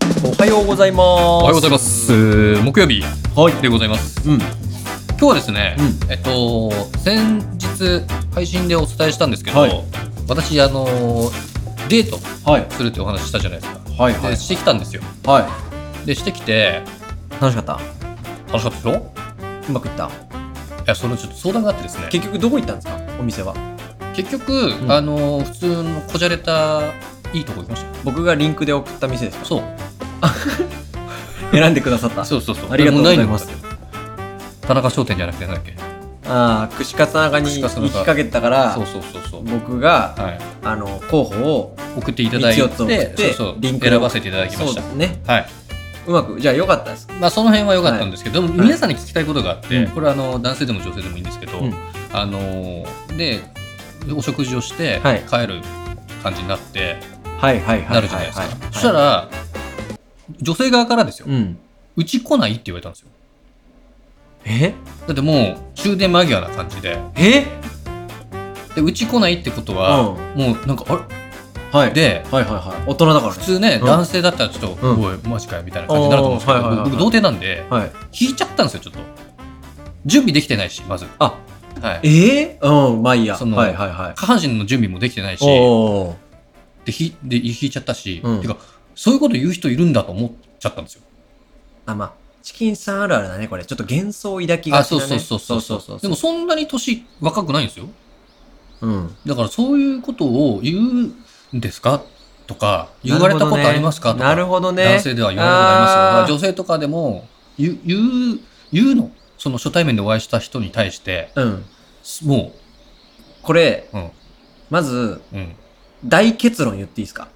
おはようございます。おおはようございます。木曜日はい。でございます。うん。今日はですね、うえっと先日配信でお伝えしたんですけど、はい私あのーデートはい。するってお話ししたじゃないですか。はいでしてきたんですよ。はい。でしてきて楽しかった楽しかったでしょ？うまくいったいやそのちょっと相談があってですね。結局どこ行ったんですかお店は。結局、んあのー普通のこじゃれたいいとこ行きましたよ。僕がリンクで送った店ですかそう選んでくださった。 そうそうそう。ありがとうございますもうないんだよ。田中商店じゃなくてなんだっけ？ああ、串カツ田中に串行カツ田中きかけてたからそう、そうそうそう。僕が、はい。あの、候補を送っていただい道を通ってて、そうそうリンクを選ばせていただきまそしうただ。ね。はい。うまく、じゃあよかったです。まあ、その辺は良かったんですけど、でも皆さんに聞きたいことがあって、うんこれはあの男性でも女性でもいいんですけど、うんあのーでお食事をしてはい帰る感じになって、はいはいは。ないるじゃないですか、はいそしはた、いら女性側からですよ、うん。うち来ないって言われたんですよえだってもう終電間際な感じでえでうち来ないってことは、もうなんかあはれい。ではいはいはい。大人だから普ね。通ね、うん男性だったらちょっと「うんおいマジかよ」みたいな感じになると思うんですけど、おーはいはいはいはい僕童貞なんではい。引いちゃったんですよちょっと準備できてないしまずあ、はいえーうん、まあいいや。そのはいはいはい。下半身の準備もできてないし、おーでひで引いちゃったし、うんてかそういうこと言う人いるんだと思っちゃったんですよ。あ、まあ、チキンさんあるあるだね、これ。ちょっと幻想を抱きあがちそうな、そうね。そうそうそうそうでもそんなに年若くないんですよ。うん。だからそういうことを言うんですかとか言われたことありますか、とかなるほどね。男性では言われたことありますよだからあー女性とかでも言う言う言うのその初対面でお会いした人に対してうん。もこれ、う、うんまず、うん、大結論言っていい ですか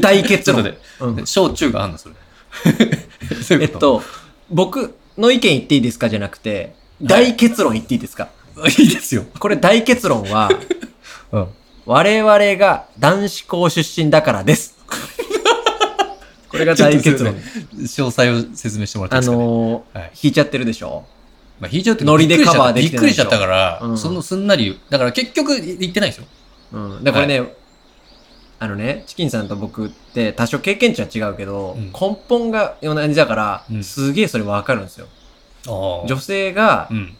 大結ちょっと論。待ってうん小中があんのそれ。 そう えいうっ、こと僕の意見言っていいですかじゃなくて、い大結論言っていいですか、いいですよ。これ大結論 は、うん我々が男子校出身だからです。これが大結論。詳細を説明してもらってあいいですか、ねのーはい引いちゃってるでしょまあ、引いちゃうってノリでびっくりしちカゃったバーできてびっないくでりししょちゃったから、うんそのすんなりだから結局行ってないんですようん。だからね、あのね、チキンさんと僕って多少経験値は違うけど、うん根本が同じだから、うんすげえそれわかるんですよ。女女性が、うん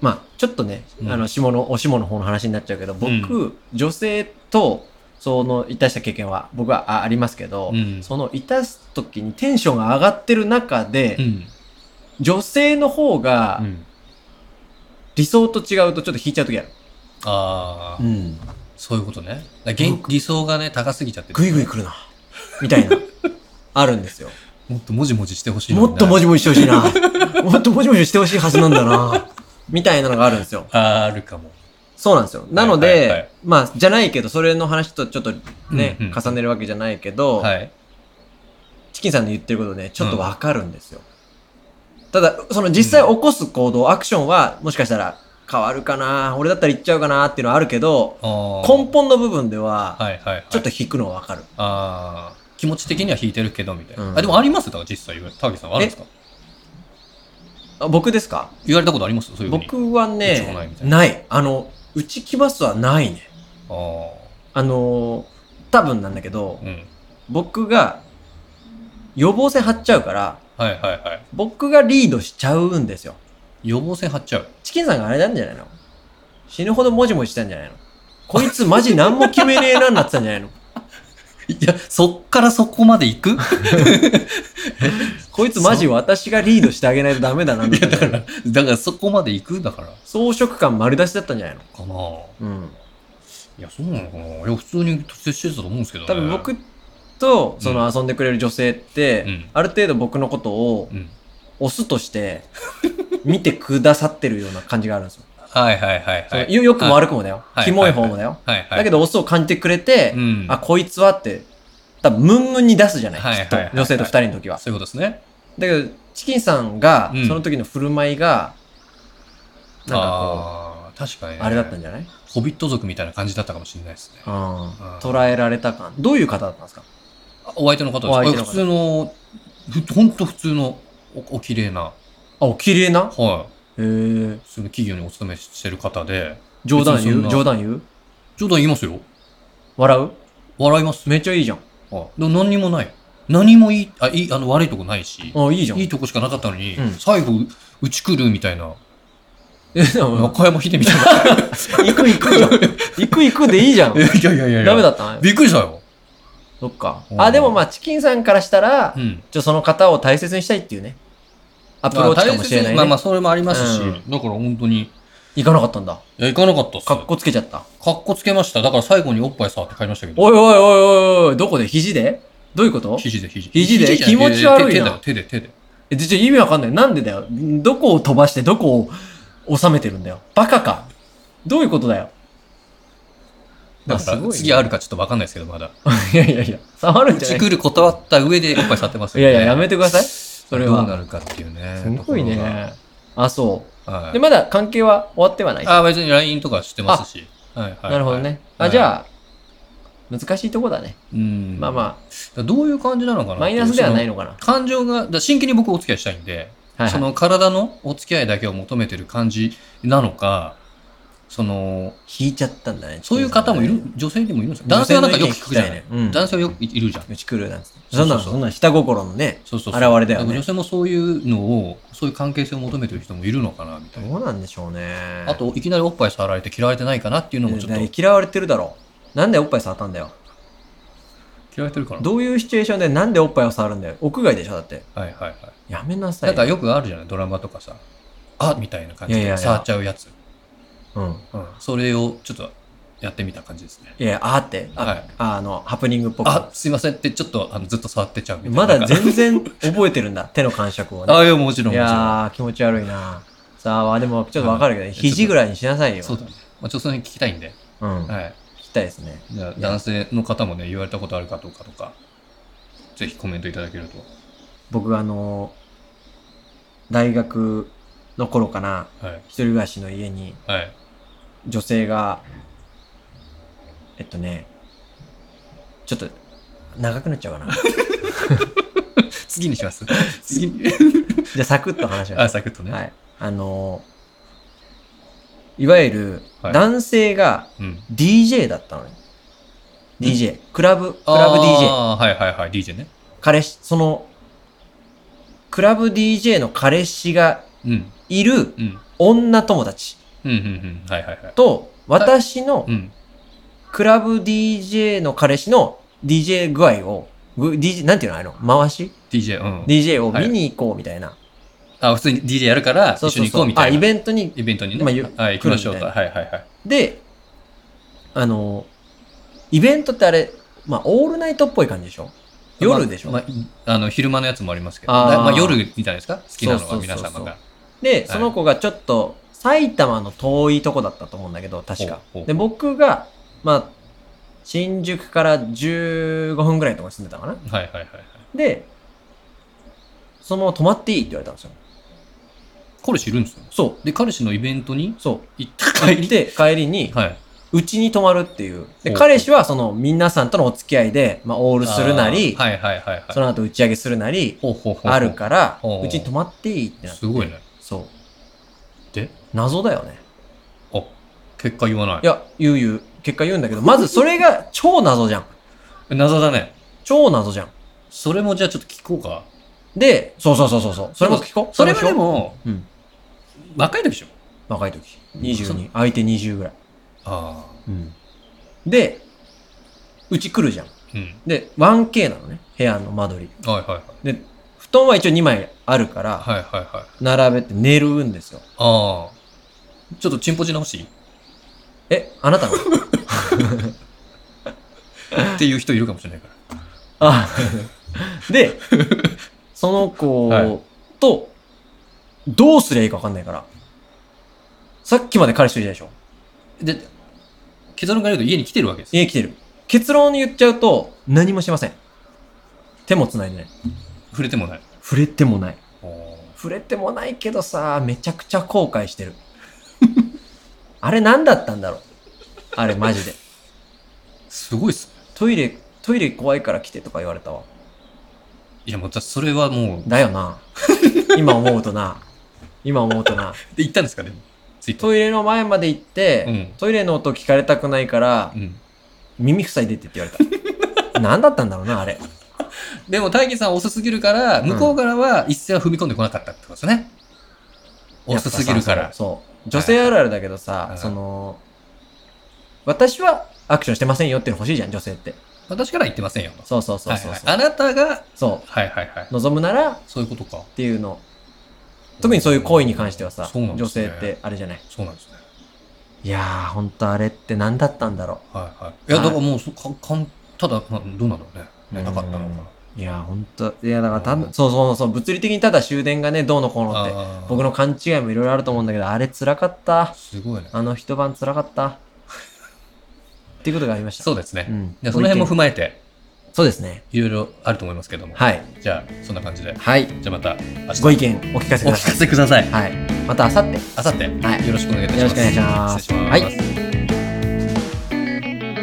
まあ、ちょっとね、うんあの、下の、お下の方の話になっちゃうけど、僕、う女性と、その、いたした経験は、僕はあありますけど、うんその、いたす時にテンションが上がってる中で、うん女性の方がう、ん理想と違うとちょっと引いちゃう時ある。ああ、ん。そういうことねだから現理想がね高すぎちゃってぐいぐい来るな。みたい な。あるんですよ。もっともじもじしてほしいもっともじじもじしてほしいな。もっともじもじしてほしいはずなんだな。みたいなのがあるんですよ。あーあるかもそうなんですよ。なので、はいはいはいまあ、じゃないけど、それの話とちょっとね、うんうん重ねるわけじゃないけど、はいチキンさんの言ってることね、ちょっとわかるんですよ。ただ、その実際起こす行動、アクションは、もしかしたら変わるかな、俺だったら行っちゃうかなっていうのはあるけど、あー根本の部分では、はいはいはいちょっと引くのはわかる。あー気持ち的には引いてるけどみたいな、うんあでもありますだから実際言われたわけさんはあるんですかあ僕ですか言われたことありますそういうふうに僕はうち来ねないみ、たいない。あの、うち来ますはないね。あーあのー多分なんだけど、うん僕が予防線張っちゃうから、はいはいはい僕がリードしちゃうんですよ。予防線張っちゃうチキンさんがあれなんじゃないの死ぬほどもじもじしたんじゃないのこいつマジ何も決めねえなになってたんじゃないのいやそっからそこまで行く こいつマジ私がリードしてあげないとダメだなみたいな。だからそこまで行くだからか装飾感丸出しだったんじゃないのなうん。いやそうなのかないや普通に接してたと思うんですけど、ね、多分僕とその遊んでくれる女性って、うんある程度僕のことをうんオスとして見てくださってるような感じがあるんですよ。はいはいはいそはのいよ良くも悪くもだよ。はいキモい方もだよ。はいはいだけど、どオスを感じてくれて、うん、あ、こいつはって、多分ムンムンに出すじゃない、はいはいはいはいきっと。女性と二人の時は。そういうことですねだけど、チキンさんがう、んその時の振る舞いが、なんかああー確かにこう、ね、あれだったんじゃないホビット族みたいな感じだったかもしれないですねうん。ん捉えられた感。どういう方だったんですかあお相手の方ですお相手の方あ普通のふほんと普通のおお綺麗なあ、お綺麗なはへえい。普通の企業にお勤めしてる方で冗談別にそ言んうな冗談言う冗談言いますよ笑う笑いますめっちゃいいじゃん。あでも何にもない。何もいい、あ、いい、あの、悪いとこないし、あ、いいじゃん。 いいとこしかなかったのに、うん最後、うち来るみたいな、えでも中山秀みたいな。 行く行く じゃん。行く行くでいいじゃん。いやいやいやいや。ダメだったね。びっくりしたよ。そっかう。んあ、でもまあ、チキンさんからしたらう、ん。ちょ、その方を大切にしたいっていうね。アプローチかもしれないまあまねあ、。それもありますし、うんだから本当に、い行かなかったんだ。や、行かなかったっす。かっこつけちゃった。かっこつけました。だから最後におっぱい触って帰りましたけど。おいおいおいおいおい、どこで肘でどういうこと肘で肘。肘でじゃな気持ち悪い手なだよ手で手で。え、じゃ意味わかんない。なんでだよ。どこを飛ばしてどこを収めてるんだよ。バカか。どういうことだよ。 だあすかごいらね次あるかちょっとわかんないですけど、まだ。いやいやいや、触るんうじゃなちい来る断った上でおっぱい触ってますいよやねいや、やめてくださ い。それどうなは。るかっていうね。すごいところがね。あ、そう。はいで、まだ関係は終わってはない。あ、別に LINE とかしてますし。はいはいはいなるほどね。あ、じゃあ、難しいとこだね。うん。まあまあ。どういう感じなのかなあ、マイナスではないの。のかな。感情が、だから真剣に僕お付き合いしたいんで、はいそはい。の体のお付き合いだけを求めてる感じなのか、その、引いちゃったんだね。そういう方もいる、女性でもいるんですよ。男性はなんかよく聞くじゃない。うん男性はよくいるじゃん。うち来るなんつって。そそうんなそうの、そうそんなの下心のね。そうそうそう。現れだよねから女性もそういうのを、そういう関係性を求めてる人もいるのかな、みたいな。どうなんでしょうね。あ、と、いきなりおっぱい触られて嫌われてないかなっていうのもちょっと、嫌嫌われてるだろう。なんでおっぱい触ったんだよ。われてるから。どういうシチュエーションでなんでおっぱいを触るんだよ。屋外でしょだって。はいはいはい。やめなさい。なんかよくあるじゃない、ドラマとかさ。あみたいな感じいやいやでいや触っちゃうやつ。うん。うん。それをちょっとやってみた感じですね。いや、あーって、あ、はいあの、ハプニングっぽく。あ、すいませんって、ちょっとあのずっと触ってちゃうみたいな。まだなんか全然覚えてるんだ。手の感触をね。 あ、いや、もちろいん、もちろん。やー、気持ち悪いな。さあ、でもちょっとわかるけど、肘ぐらいにしなさいよ。そうだね。まあ、ちょっとそれ聞きたいんで。うん。聞はい。きたいですね。じゃあ、男性の方もね、言われたことあるかどうかとか、ぜひコメントいただけると。僕、あのー大学の頃かな、はい。一人暮らしの家にはい。女性が、えっとね、ちょっと、長くなっちゃう かな。次にします。次 に。じゃあ、サクッと話しまあ、す。サクッとね。はい。あのーいわゆる、はい男性がうん。 DJ だったのね。DJ。クラブ、クあーラブ DJ。はいはいはい、DJ ね。彼氏、その、クラブ DJ の彼氏がうん。いるうん。女友達うん、うん、うん。はいはいはい。と、私のうん。クラブ DJ の彼氏の DJ 具合を、ぐ DJ、なんていうのあの、回し DJ、うん。 ?DJ を見に行こうみたいな。あ、普通に DJ やるから、一緒に行こうみたいあ、な。イベントに。イベントにね。まあゆはい、行きましょうと。来るみはいはいはい。で、あの、イベントってあれ、まあ、オールナイトっぽい感じでしょ夜でしょ、まあ、まああの、昼間のやつもありますけど。あーまあ、夜みたいですか好きなのそはうそうそ皆うそう様が。で、その子がちょっと埼玉の遠いとこだったと思うんだけど、確かほうほう。で、僕が、まあ、新宿から15分ぐらいのとこに住んでたかな。はいはいはいはい。で、そのまま泊まっていいって言われたんですよ。彼氏いるんですよ。そで、彼氏のイベントにう、そ行ったう。帰り行って帰りに、はい。うちに泊まるっていう。で、ほう彼氏はその皆さんとのお付き合いで、まあ、オールするなり、あーはいはいはいはい。その後打ち上げするなり、ほうほうほうほうあるからほう、ほううちに泊まっていいってなって。すごいね。そう。で謎だよね。あ、結果言わないい。や、言う言う。結果言うんだけど、まずそれが超謎じゃん。謎だね。超謎じゃん。それもじゃあちょっと聞こうか。で、そうそうそうそうそう。それも聞こう。それは聞こうで、も、うん。若い時でしょ。若い時。そ22。相手20ぐらい。ああ。うん。で、うち来るじゃん。うん。で、1K なのね。部屋の間取り。はいはいはい。で、布団は一応2枚あるから、はいはいはい。並べて寝るんですよ。ああ。ちょっとチンポチ直しえ、あなたのっていう人いるかもしれないから。 あ、 で、そのはい子と、どうすりゃいいかわかんないから。さっきまで彼氏といたでしょで、結論から言うと家に来てるわけです。家来てる。結論言っちゃうと、何もしません。手も繋いでない。触れてもない。触れてもない。あー触れてもないけどさ、めちゃくちゃ後悔してる。あれ何だったんだろうあれマジで。すごいっすね。トイレ、トイレ怖いから来てとか言われたわ。いや、もうだ、それはもう、だよな。今思うとな。今思うとな。で、行ったんですか、でも。ツイッター。トイレの前まで行って、うんトイレの音聞かれたくないからう、ん。耳塞いでってって言われた。何だったんだろうな、あれ。でも、大義さん遅すぎるから、向こうからは一線は踏み込んでこなかったってことですね。遅すぎるかやっらぱさ。そう。女性あるあるだけどさ、はいその、私はアクションしてませんよっていうの欲しいじゃん、女性って。私から言ってませんよ。そうそうそうそうそう。はいはいあなたが、そはいはいはい。う。望むならっそういうことか。ていうの。特にそういう行為に関してはさ、そうなんで女すね性ってあれじゃない。そうなんですね。いやー、ほんとあれって何だったんだろはいはい。いや、はいだからもうそかかん、ただ、まあ、どうなんだろうね。う。ねなかったのかうんいやー、ほんと、いや、だからたうんん、そうそうそう、物理的にただ終電がね、どうのこうのって、な。僕の。の勘違いもいろいろあると思うんだけど、あれ辛かった。すごいね。あの一晩辛かった。っていうことがありました。そうですね。うんじゃあその辺も踏まえて、そうですね。いろいろあると思いますけども。はい。じゃあ、そんな感じで。はい。じゃあまた明日ご意見お聞かせおくだ聞かさい。せください。はい。また明後日あさって、はいよろしくお願いいたしよろます。しくお願いします失礼します。はい